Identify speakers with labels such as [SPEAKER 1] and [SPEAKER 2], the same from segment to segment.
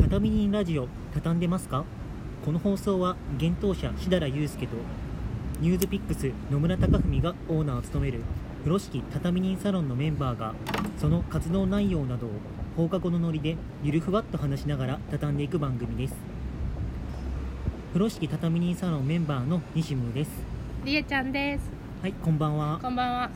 [SPEAKER 1] 畳人ラジオ畳んでますかこの放送は現当社しだらゆうすけとニューズピックス野村隆文がオーナーを務める風呂敷畳人サロンのメンバーがその活動内容などを放課後のノリでゆるふわっと話しながら畳んでいく番組です風呂敷畳人サロンメンバーの西村です
[SPEAKER 2] りえちゃんです。
[SPEAKER 1] はいこんばんは
[SPEAKER 2] こんばんは。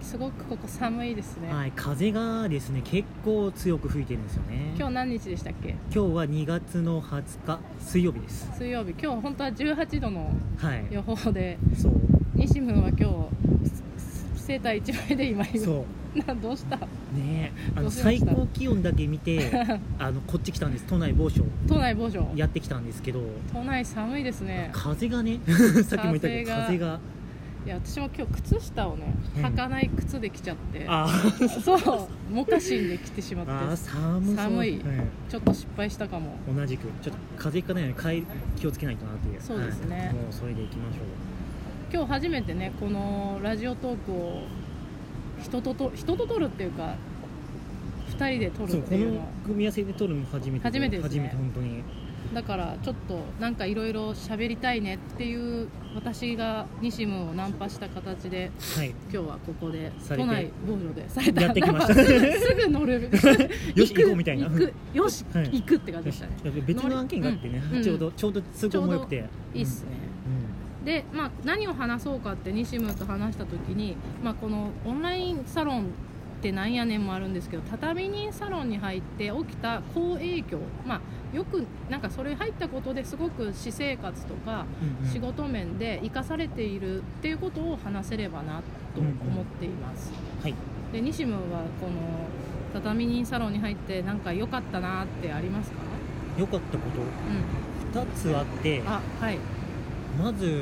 [SPEAKER 2] すごくここ寒いですね。
[SPEAKER 1] はい風がですね結構強く吹いてるんですよね
[SPEAKER 2] 今日何日でしたっけ？
[SPEAKER 1] 今日は2月の20日水曜日です
[SPEAKER 2] 水曜日。今日本当は18度の
[SPEAKER 1] はい
[SPEAKER 2] 予報で、
[SPEAKER 1] そう
[SPEAKER 2] 西村は今日セーター一枚で今いる。
[SPEAKER 1] そ
[SPEAKER 2] などうした？
[SPEAKER 1] うねえあ
[SPEAKER 2] ど
[SPEAKER 1] の
[SPEAKER 2] うしま
[SPEAKER 1] 最
[SPEAKER 2] した
[SPEAKER 1] 高気温だけ見て あのこっち来たんです都内某所
[SPEAKER 2] 都内防除。
[SPEAKER 1] やってきたんですけど
[SPEAKER 2] 都内寒いですね。
[SPEAKER 1] 風が ねさっきも言ったけど風
[SPEAKER 2] 風
[SPEAKER 1] が
[SPEAKER 2] いや私も今日靴下をね
[SPEAKER 1] うん
[SPEAKER 2] 履かない靴で来ちゃって、
[SPEAKER 1] あ
[SPEAKER 2] そうモカシンで来てし
[SPEAKER 1] ー
[SPEAKER 2] ま
[SPEAKER 1] あー
[SPEAKER 2] って、
[SPEAKER 1] 寒そう
[SPEAKER 2] 寒い
[SPEAKER 1] は
[SPEAKER 2] ちょっと失敗したかも。
[SPEAKER 1] 同じくちょっと風邪ひかないようにかえ気をつけないとなっていう
[SPEAKER 2] そうですね
[SPEAKER 1] はいもうそれでいきましょ
[SPEAKER 2] 今日初めてねこのラジオトークを人とと人と撮るっていうか2人で撮
[SPEAKER 1] う
[SPEAKER 2] る
[SPEAKER 1] そ
[SPEAKER 2] っ
[SPEAKER 1] う
[SPEAKER 2] て
[SPEAKER 1] こ
[SPEAKER 2] いうの
[SPEAKER 1] の組み合わせで撮るの初めて
[SPEAKER 2] 初めてです
[SPEAKER 1] 初
[SPEAKER 2] ね
[SPEAKER 1] めて本当に
[SPEAKER 2] だからちょっとなんかいろいろ喋りたいねっていう私が西ムをナンパした形で
[SPEAKER 1] はい
[SPEAKER 2] 今日はここで
[SPEAKER 1] され
[SPEAKER 2] 都
[SPEAKER 1] て
[SPEAKER 2] 内防除でされた
[SPEAKER 1] やってきました
[SPEAKER 2] なんか すぐ乗る
[SPEAKER 1] よし行こうみたいな
[SPEAKER 2] 行くよし、
[SPEAKER 1] はい
[SPEAKER 2] 行くって感じ
[SPEAKER 1] よ
[SPEAKER 2] で
[SPEAKER 1] し
[SPEAKER 2] したね
[SPEAKER 1] 別の案件があってね、
[SPEAKER 2] うん
[SPEAKER 1] ちょうどちょうど都合も良くて
[SPEAKER 2] いいっすね、
[SPEAKER 1] う
[SPEAKER 2] で、まあ、何を話そうかって西村と話した時に、まあ、このオンラインサロンってなんやねんもあるんですけど畳人サロンに入って起きた好影響、まあ、よくなんかそれ入ったことですごく私生活とか
[SPEAKER 1] んうん
[SPEAKER 2] 仕事面で生かされているっていうことを話せればなと思っています、
[SPEAKER 1] はい
[SPEAKER 2] で西村はこの畳人サロンに入ってなんか良かったなってありますか、
[SPEAKER 1] 良かったこ
[SPEAKER 2] う
[SPEAKER 1] と2つあって
[SPEAKER 2] ん、あはい、
[SPEAKER 1] まずやっ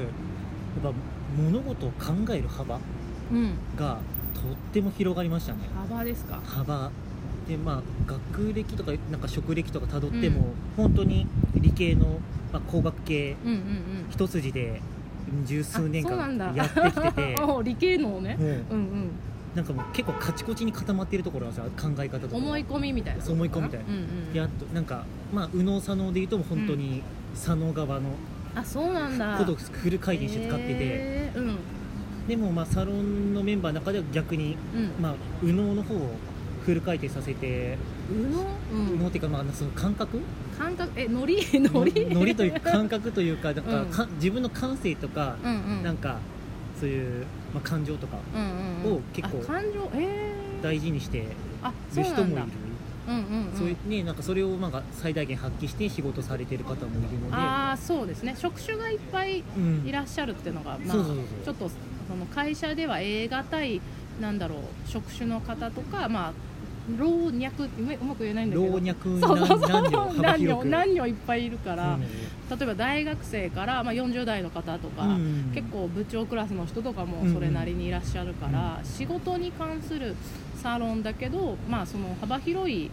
[SPEAKER 1] ぱ物事を考える幅
[SPEAKER 2] うん、
[SPEAKER 1] がとっても広がりましたね
[SPEAKER 2] 幅ですか
[SPEAKER 1] 幅でまあ学歴とかなんか職歴とかたどっても、
[SPEAKER 2] う
[SPEAKER 1] 本当に理系の、まあ、工学系
[SPEAKER 2] うんうんうん
[SPEAKER 1] 一筋で十数年
[SPEAKER 2] あそうなんだ
[SPEAKER 1] 間やってきてて
[SPEAKER 2] お理系のね
[SPEAKER 1] もう
[SPEAKER 2] うん
[SPEAKER 1] なんかもう結構カチコチに固まってるところはさ考え方と
[SPEAKER 2] うん
[SPEAKER 1] か
[SPEAKER 2] 思い込みみたいな
[SPEAKER 1] そう思い込みみたいな
[SPEAKER 2] うんうん、
[SPEAKER 1] やっとなんかまあ右脳左脳で言うともう本当に左脳側の
[SPEAKER 2] あそうなんだ
[SPEAKER 1] ことをフル回転して使ってて、
[SPEAKER 2] へーうん
[SPEAKER 1] でもまあサロンのメンバーの中では逆に、
[SPEAKER 2] うん
[SPEAKER 1] まあ、右脳の方をフル回転させて、
[SPEAKER 2] 右脳、う
[SPEAKER 1] 右
[SPEAKER 2] ん
[SPEAKER 1] 脳っていうかまあその感覚
[SPEAKER 2] 感覚えノリ ノリ
[SPEAKER 1] のりというか感覚というかなんか
[SPEAKER 2] うん
[SPEAKER 1] か自分の感性とか、
[SPEAKER 2] うんうん
[SPEAKER 1] なんかそういう、まあ、感情とか
[SPEAKER 2] うんうんうん
[SPEAKER 1] を結構
[SPEAKER 2] あ感情えー、
[SPEAKER 1] 大事にして
[SPEAKER 2] あそ
[SPEAKER 1] る
[SPEAKER 2] うな
[SPEAKER 1] 人
[SPEAKER 2] ん
[SPEAKER 1] もい
[SPEAKER 2] だ
[SPEAKER 1] る
[SPEAKER 2] うんうんうん
[SPEAKER 1] そういうねなんかそれをなんか最大限発揮して仕事されてる方もいるので
[SPEAKER 2] ああそうですね職種がいっぱい
[SPEAKER 1] うん
[SPEAKER 2] いらっしゃるっていうのが、まあ、
[SPEAKER 1] そうそうそう
[SPEAKER 2] ちょっとその会社では A 型いなんだろう職種の方とか、まあ、老若うまうまく言えないんだけど
[SPEAKER 1] 老若
[SPEAKER 2] そうそう
[SPEAKER 1] 男
[SPEAKER 2] そ
[SPEAKER 1] 男
[SPEAKER 2] う
[SPEAKER 1] 女幅
[SPEAKER 2] 男
[SPEAKER 1] 広
[SPEAKER 2] 女
[SPEAKER 1] く
[SPEAKER 2] 男女いっぱいいるから、
[SPEAKER 1] うん
[SPEAKER 2] 例えば大学生から、まあ、40代の方とか、
[SPEAKER 1] うん
[SPEAKER 2] 結構部長クラスの人とか
[SPEAKER 1] うんう
[SPEAKER 2] も
[SPEAKER 1] ん
[SPEAKER 2] それなりにいらっしゃるから、仕事に関するサロンだけど、まあ、その幅広い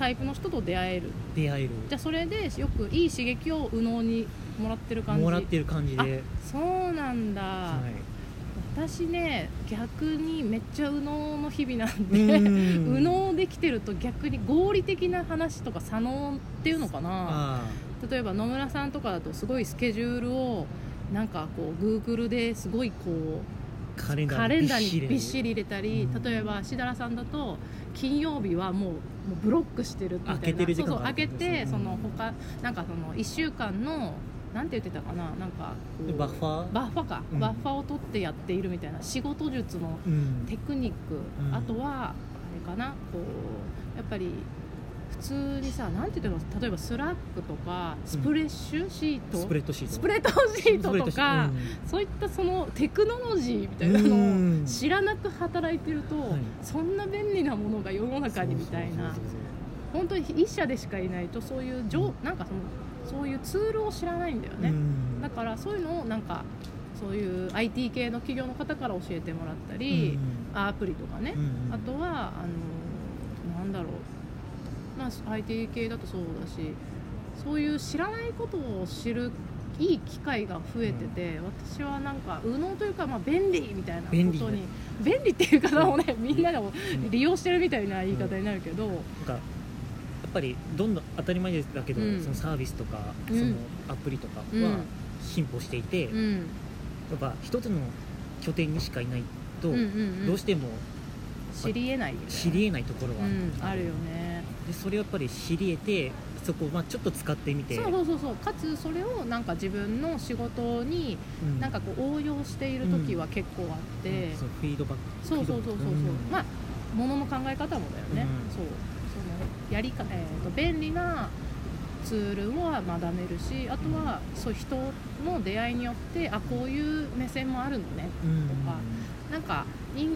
[SPEAKER 2] タイプの人と出会える
[SPEAKER 1] 出会え
[SPEAKER 2] じゃあそれでよくいい刺激を右脳にもらってる
[SPEAKER 1] る
[SPEAKER 2] 感じ
[SPEAKER 1] もらってる感じで、
[SPEAKER 2] そうなんだ、
[SPEAKER 1] はい
[SPEAKER 2] 私ね逆にめっちゃ右脳の日々なんで、
[SPEAKER 1] ん
[SPEAKER 2] 右脳できてると逆に合理的な話とか左脳っていうのかな
[SPEAKER 1] あ
[SPEAKER 2] 例えば野村さんとかだとすごいスケジュールをなんかこう Google ですごいこう
[SPEAKER 1] あカレンダー
[SPEAKER 2] カレンダーにびっし
[SPEAKER 1] り
[SPEAKER 2] り入れたり
[SPEAKER 1] うん
[SPEAKER 2] 例えばしだらさんだと金曜日はもうもうブロックしてるみたいな
[SPEAKER 1] 開けてる時間
[SPEAKER 2] そうそう
[SPEAKER 1] があ
[SPEAKER 2] 開
[SPEAKER 1] るって
[SPEAKER 2] け
[SPEAKER 1] ことですね
[SPEAKER 2] てその
[SPEAKER 1] うん
[SPEAKER 2] 他なんかその1週間のなんて言ってたかななんかこう
[SPEAKER 1] バッファー
[SPEAKER 2] バッファか、
[SPEAKER 1] うん
[SPEAKER 2] バッファを取ってやっているみたいな仕事術の
[SPEAKER 1] うん
[SPEAKER 2] テクニック、
[SPEAKER 1] うん
[SPEAKER 2] あとはあれかなこうやっぱり普通にさなんて言うの例えばスラックとかスプレッシュシート、
[SPEAKER 1] スプレッドシート
[SPEAKER 2] スプレッドシートとか、そういったそのテクノロジーみたいな
[SPEAKER 1] う
[SPEAKER 2] の
[SPEAKER 1] ん
[SPEAKER 2] を知らなく働いてると、
[SPEAKER 1] はい
[SPEAKER 2] そんな便利なものが世の中にみたいな本当に一社でしかいないとそういう情なんかそのそういうツールを知らないんだよね。だからそういうのをなんかそういう IT 系の企業の方から教えてもらったり、アプリとかね、あとはあのなんだろう、まあ、IT 系だとそうだしそういう知らないことを知るいい機会が増えてて、私はなんか右脳というか、まあ、便利みたいなことに
[SPEAKER 1] 便利
[SPEAKER 2] 便利 っていう方もね、みんなが
[SPEAKER 1] ん
[SPEAKER 2] 利用してるみたいな言い方になるけど、
[SPEAKER 1] なんかやっぱりどんどん当たり前ですだけど、
[SPEAKER 2] うん
[SPEAKER 1] そのサービスとか、
[SPEAKER 2] うん
[SPEAKER 1] そのアプリとかは
[SPEAKER 2] うん
[SPEAKER 1] 進歩していて、
[SPEAKER 2] う
[SPEAKER 1] や
[SPEAKER 2] ん
[SPEAKER 1] っぱ一つの拠点にしかいないと、
[SPEAKER 2] うんうん
[SPEAKER 1] どうしても
[SPEAKER 2] 知りえないよね
[SPEAKER 1] 知り得ないところはある,、
[SPEAKER 2] うん、あるよね
[SPEAKER 1] でそれをやっぱり知り得てそこをまあちょっと使ってみて
[SPEAKER 2] そうそうそうそうかつそれをなんか自分の仕事に
[SPEAKER 1] うん
[SPEAKER 2] なんかこう応用している時は結構あって、
[SPEAKER 1] うんそのフィードバック
[SPEAKER 2] そうそうそうそうそう、
[SPEAKER 1] ん
[SPEAKER 2] まあものの考え方もだよね、
[SPEAKER 1] うん
[SPEAKER 2] そうそのやりか、えー、と便利なツールは学べるしあとはそう人の出会いによってあこういう目線もあるのね
[SPEAKER 1] うん
[SPEAKER 2] とかなんか人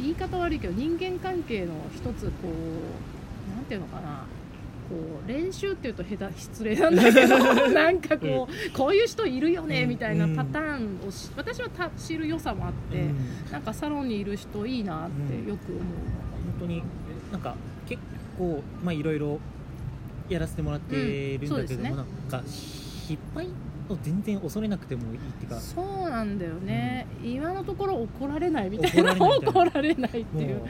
[SPEAKER 2] 言い方悪いけど人間関係の一つこうなんていうのかなこう練習っていうと下手失礼なんだ けどなんかこうこういう人いるよね
[SPEAKER 1] うん
[SPEAKER 2] みたいなパターンをし私はた知る良さもあって、
[SPEAKER 1] うん
[SPEAKER 2] なんかサロンにいる人いいなってよく思う。
[SPEAKER 1] 本当になんか結構まあいろいろやらせてもらってるんだけども、
[SPEAKER 2] うんそ
[SPEAKER 1] なんか失敗を全然恐れなくてもいいっていうか
[SPEAKER 2] そうなんだよね、今のところ怒られないみたいな怒
[SPEAKER 1] 怒
[SPEAKER 2] られないって
[SPEAKER 1] も
[SPEAKER 2] いうう
[SPEAKER 1] ま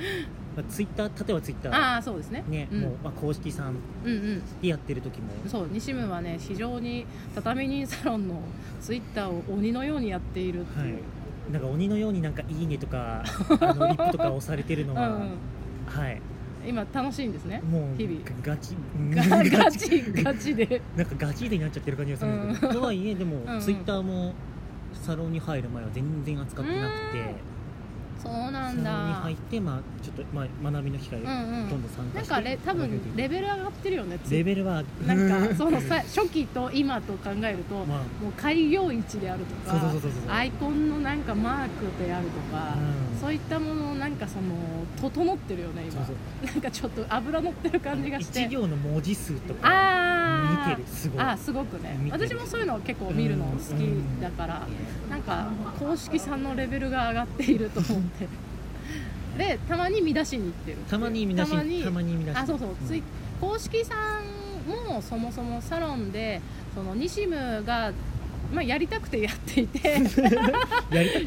[SPEAKER 1] あツイッター例えばツイッター
[SPEAKER 2] ああそうですね
[SPEAKER 1] ね、
[SPEAKER 2] うん
[SPEAKER 1] もうまあ公式さん
[SPEAKER 2] うんうん
[SPEAKER 1] でやってる時も
[SPEAKER 2] そう西村はね非常に畳人サロンのツイッターを鬼のようにやっているっていう、
[SPEAKER 1] なんか鬼のようになんかいいねとかあのリップとか押されてるのは、はい
[SPEAKER 2] うん、今楽しいんです ね
[SPEAKER 1] もう
[SPEAKER 2] 日々
[SPEAKER 1] ガチ
[SPEAKER 2] ガガチガチで
[SPEAKER 1] なんかガチでになっちゃってる感じがするんですけど、とはいえでも、
[SPEAKER 2] んうん
[SPEAKER 1] ツイッターもサロンに入る前は全然扱ってなくて
[SPEAKER 2] そうな
[SPEAKER 1] サロ
[SPEAKER 2] ん
[SPEAKER 1] ンに
[SPEAKER 2] だ
[SPEAKER 1] 入って、まあ、ちょっと、まあ、学びの機会を
[SPEAKER 2] う
[SPEAKER 1] どん
[SPEAKER 2] んうん
[SPEAKER 1] どん参
[SPEAKER 2] な
[SPEAKER 1] 加
[SPEAKER 2] ん
[SPEAKER 1] して、
[SPEAKER 2] かレ多分レベル上がってるよね
[SPEAKER 1] レベルは
[SPEAKER 2] なんかその
[SPEAKER 1] さ
[SPEAKER 2] さ初期と今と考えると、
[SPEAKER 1] ま
[SPEAKER 2] もう開業市であると
[SPEAKER 1] あ
[SPEAKER 2] か
[SPEAKER 1] そうそうそうそうそう
[SPEAKER 2] アイコンのなんかマークであるとか、
[SPEAKER 1] うん
[SPEAKER 2] そういったものなんかその整ってるよね
[SPEAKER 1] そ
[SPEAKER 2] 今
[SPEAKER 1] うそう
[SPEAKER 2] なんかちょっと油乗ってる感じがし
[SPEAKER 1] 一
[SPEAKER 2] て
[SPEAKER 1] 行の文字数とか
[SPEAKER 2] あ
[SPEAKER 1] 見
[SPEAKER 2] ー
[SPEAKER 1] てるすごい
[SPEAKER 2] あーすごくね
[SPEAKER 1] 見てる
[SPEAKER 2] 私もそういうの結構見るの好きだから、なんか公式さんのレベルが上がっていると思ってでたまに見出しに行ってる
[SPEAKER 1] たまに見出した
[SPEAKER 2] まに
[SPEAKER 1] たまに見出し
[SPEAKER 2] あそうそう、
[SPEAKER 1] ん
[SPEAKER 2] ツイ公式さんもそもそもサロンでその西ムが、まあ、やりたくてやってい て
[SPEAKER 1] やりたく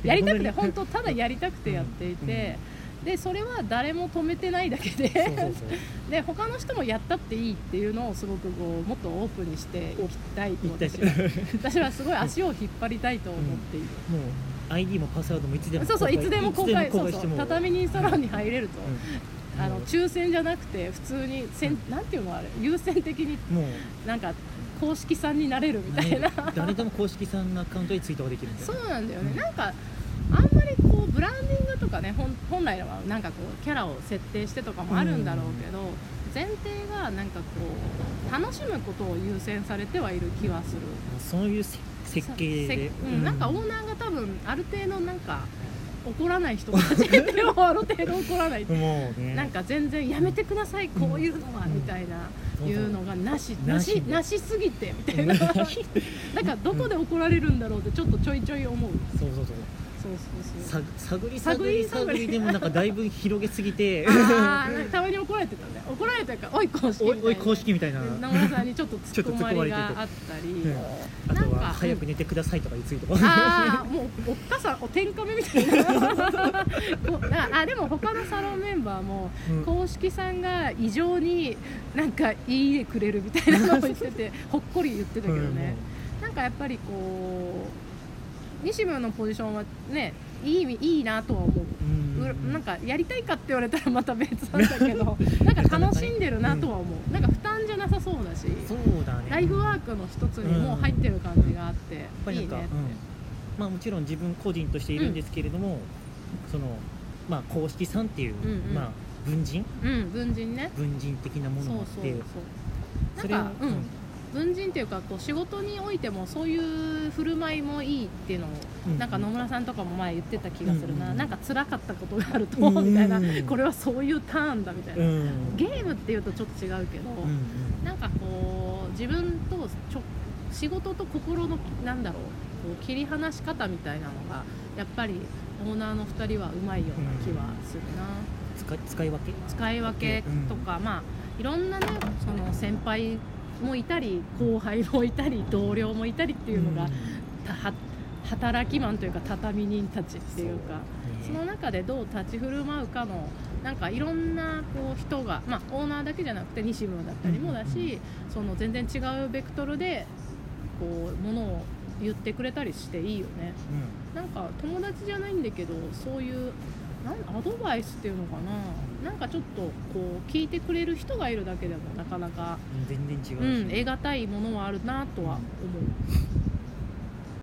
[SPEAKER 1] て
[SPEAKER 2] やりたくて
[SPEAKER 1] 本
[SPEAKER 2] 本当ただやりたくてやっていて、でそれは誰も止めてないだけ
[SPEAKER 1] 当にそうそう
[SPEAKER 2] で
[SPEAKER 1] そう
[SPEAKER 2] で他の人もやったっていいっていうのをすごくこうもっとオープンにしていきたいと
[SPEAKER 1] 言ったし
[SPEAKER 2] 私は私はすごい足を引っ張りたいと思っている、
[SPEAKER 1] もう ID もパスワードもいつでも
[SPEAKER 2] そうそういつでも公開
[SPEAKER 1] いつでも
[SPEAKER 2] そう
[SPEAKER 1] し
[SPEAKER 2] そ
[SPEAKER 1] て
[SPEAKER 2] う
[SPEAKER 1] も
[SPEAKER 2] 畳にサロンに入れると、
[SPEAKER 1] うん
[SPEAKER 2] あの
[SPEAKER 1] もう
[SPEAKER 2] 抽選じゃなくて普通にせんなんていうのあれ優先的に
[SPEAKER 1] もう
[SPEAKER 2] なんか公式さんになれるみたいな、
[SPEAKER 1] ね誰でも公式さんのアカウントにツイートができるんだよ
[SPEAKER 2] そうなんだよ
[SPEAKER 1] うん
[SPEAKER 2] ねなんかあんまりこうブランディングとかね本本来はなんかこうキャラを設定してとかもあるんだろうけど、前提がなんかこう楽しむことを優先されてはいる気はする
[SPEAKER 1] そういうせ設計
[SPEAKER 2] せ
[SPEAKER 1] で、
[SPEAKER 2] うんなんかオーナーが多分ある程度なんか怒らない人たちでもある程度怒らない
[SPEAKER 1] もうね
[SPEAKER 2] なんか全然やめてくださいこういうのは
[SPEAKER 1] うん
[SPEAKER 2] みたいな
[SPEAKER 1] そうそう
[SPEAKER 2] いうのがなし
[SPEAKER 1] な
[SPEAKER 2] な
[SPEAKER 1] し
[SPEAKER 2] しなしすぎてみたい ななんかどこで怒られるんだろうってちょっとちょいちょい思う
[SPEAKER 1] そうそうそう
[SPEAKER 2] そうそうそ
[SPEAKER 1] さ
[SPEAKER 2] う
[SPEAKER 1] 探り探り探
[SPEAKER 2] 探り
[SPEAKER 1] りでもなんかだいぶ広げすぎて
[SPEAKER 2] あーなんかたまに怒られてたね怒られたから「おい公式」み
[SPEAKER 1] おい
[SPEAKER 2] たいな
[SPEAKER 1] おい公式みたいな
[SPEAKER 2] で名古屋さんにちょっと突っ込まりがあったり
[SPEAKER 1] うんあ
[SPEAKER 2] なん
[SPEAKER 1] と
[SPEAKER 2] か
[SPEAKER 1] は早く寝てくださいとかいうツイート
[SPEAKER 2] ああもうおっかさんお天下目みたいなこうああでも他のサロンメンバーも
[SPEAKER 1] うん
[SPEAKER 2] 公式さんが異常になんかいいねくれるみたいなのを言っ ててほっこり言ってたけどね、なんかやっぱりこう西村のポジションはねいい意味いいなとは思う。
[SPEAKER 1] うん
[SPEAKER 2] うら
[SPEAKER 1] うん
[SPEAKER 2] なんかやりたいかって言われたらまた別なんだ けどなんか楽しんでるなとは思うなんか負担じゃなさそうだし
[SPEAKER 1] そうだね
[SPEAKER 2] ライフワークの一つにもう入ってる感じがあって、
[SPEAKER 1] やっぱり
[SPEAKER 2] い
[SPEAKER 1] ないんか
[SPEAKER 2] ね
[SPEAKER 1] うんまあ、もちろん自分個人としているんですけれども、そのまあ、公式さんっていう、
[SPEAKER 2] うんうん
[SPEAKER 1] まあ、文人
[SPEAKER 2] うん文人ね
[SPEAKER 1] 文人的な
[SPEAKER 2] そ
[SPEAKER 1] も
[SPEAKER 2] う
[SPEAKER 1] のがあっ
[SPEAKER 2] そう
[SPEAKER 1] て
[SPEAKER 2] そう
[SPEAKER 1] れを
[SPEAKER 2] なんか、うん、文人っていうかこう仕事においてもそういう振る舞いもいいっていうのを、
[SPEAKER 1] うん
[SPEAKER 2] なんか野村さんとかも前言ってた気がするな、
[SPEAKER 1] うん
[SPEAKER 2] なんか辛かったことがあるとみたいな、
[SPEAKER 1] うん
[SPEAKER 2] これはそういうターンだみたいな、
[SPEAKER 1] うん
[SPEAKER 2] ゲームっていうとちょっと違うけど、
[SPEAKER 1] うんうん
[SPEAKER 2] なんかこう自分とちょ仕事と心のなんだろうこう切り離し方みたいなのがやっぱりオーナーの2人はうまいような気はするな、
[SPEAKER 1] 使い使い分け
[SPEAKER 2] 使い分けとか、まあいろんなねその先輩もいたり後輩もいたり同僚もいたりっていうのが、
[SPEAKER 1] ん
[SPEAKER 2] たは働きマンというか畳人たちっていうか
[SPEAKER 1] ね
[SPEAKER 2] その中でどう立ち振る舞うかのなんかいろんなこう人が、まあ、オーナーだけじゃなくて西村だったりもだし、その全然違うベクトルでこうものを言ってくれたりしていいよねなんか友達じゃないんだけどそういうなんアドバイスっていうのかななんかちょっとこう聞いてくれる人がいるだけでもなかなか、
[SPEAKER 1] 全然違うし、
[SPEAKER 2] うん、得難いものはあるなとは思う。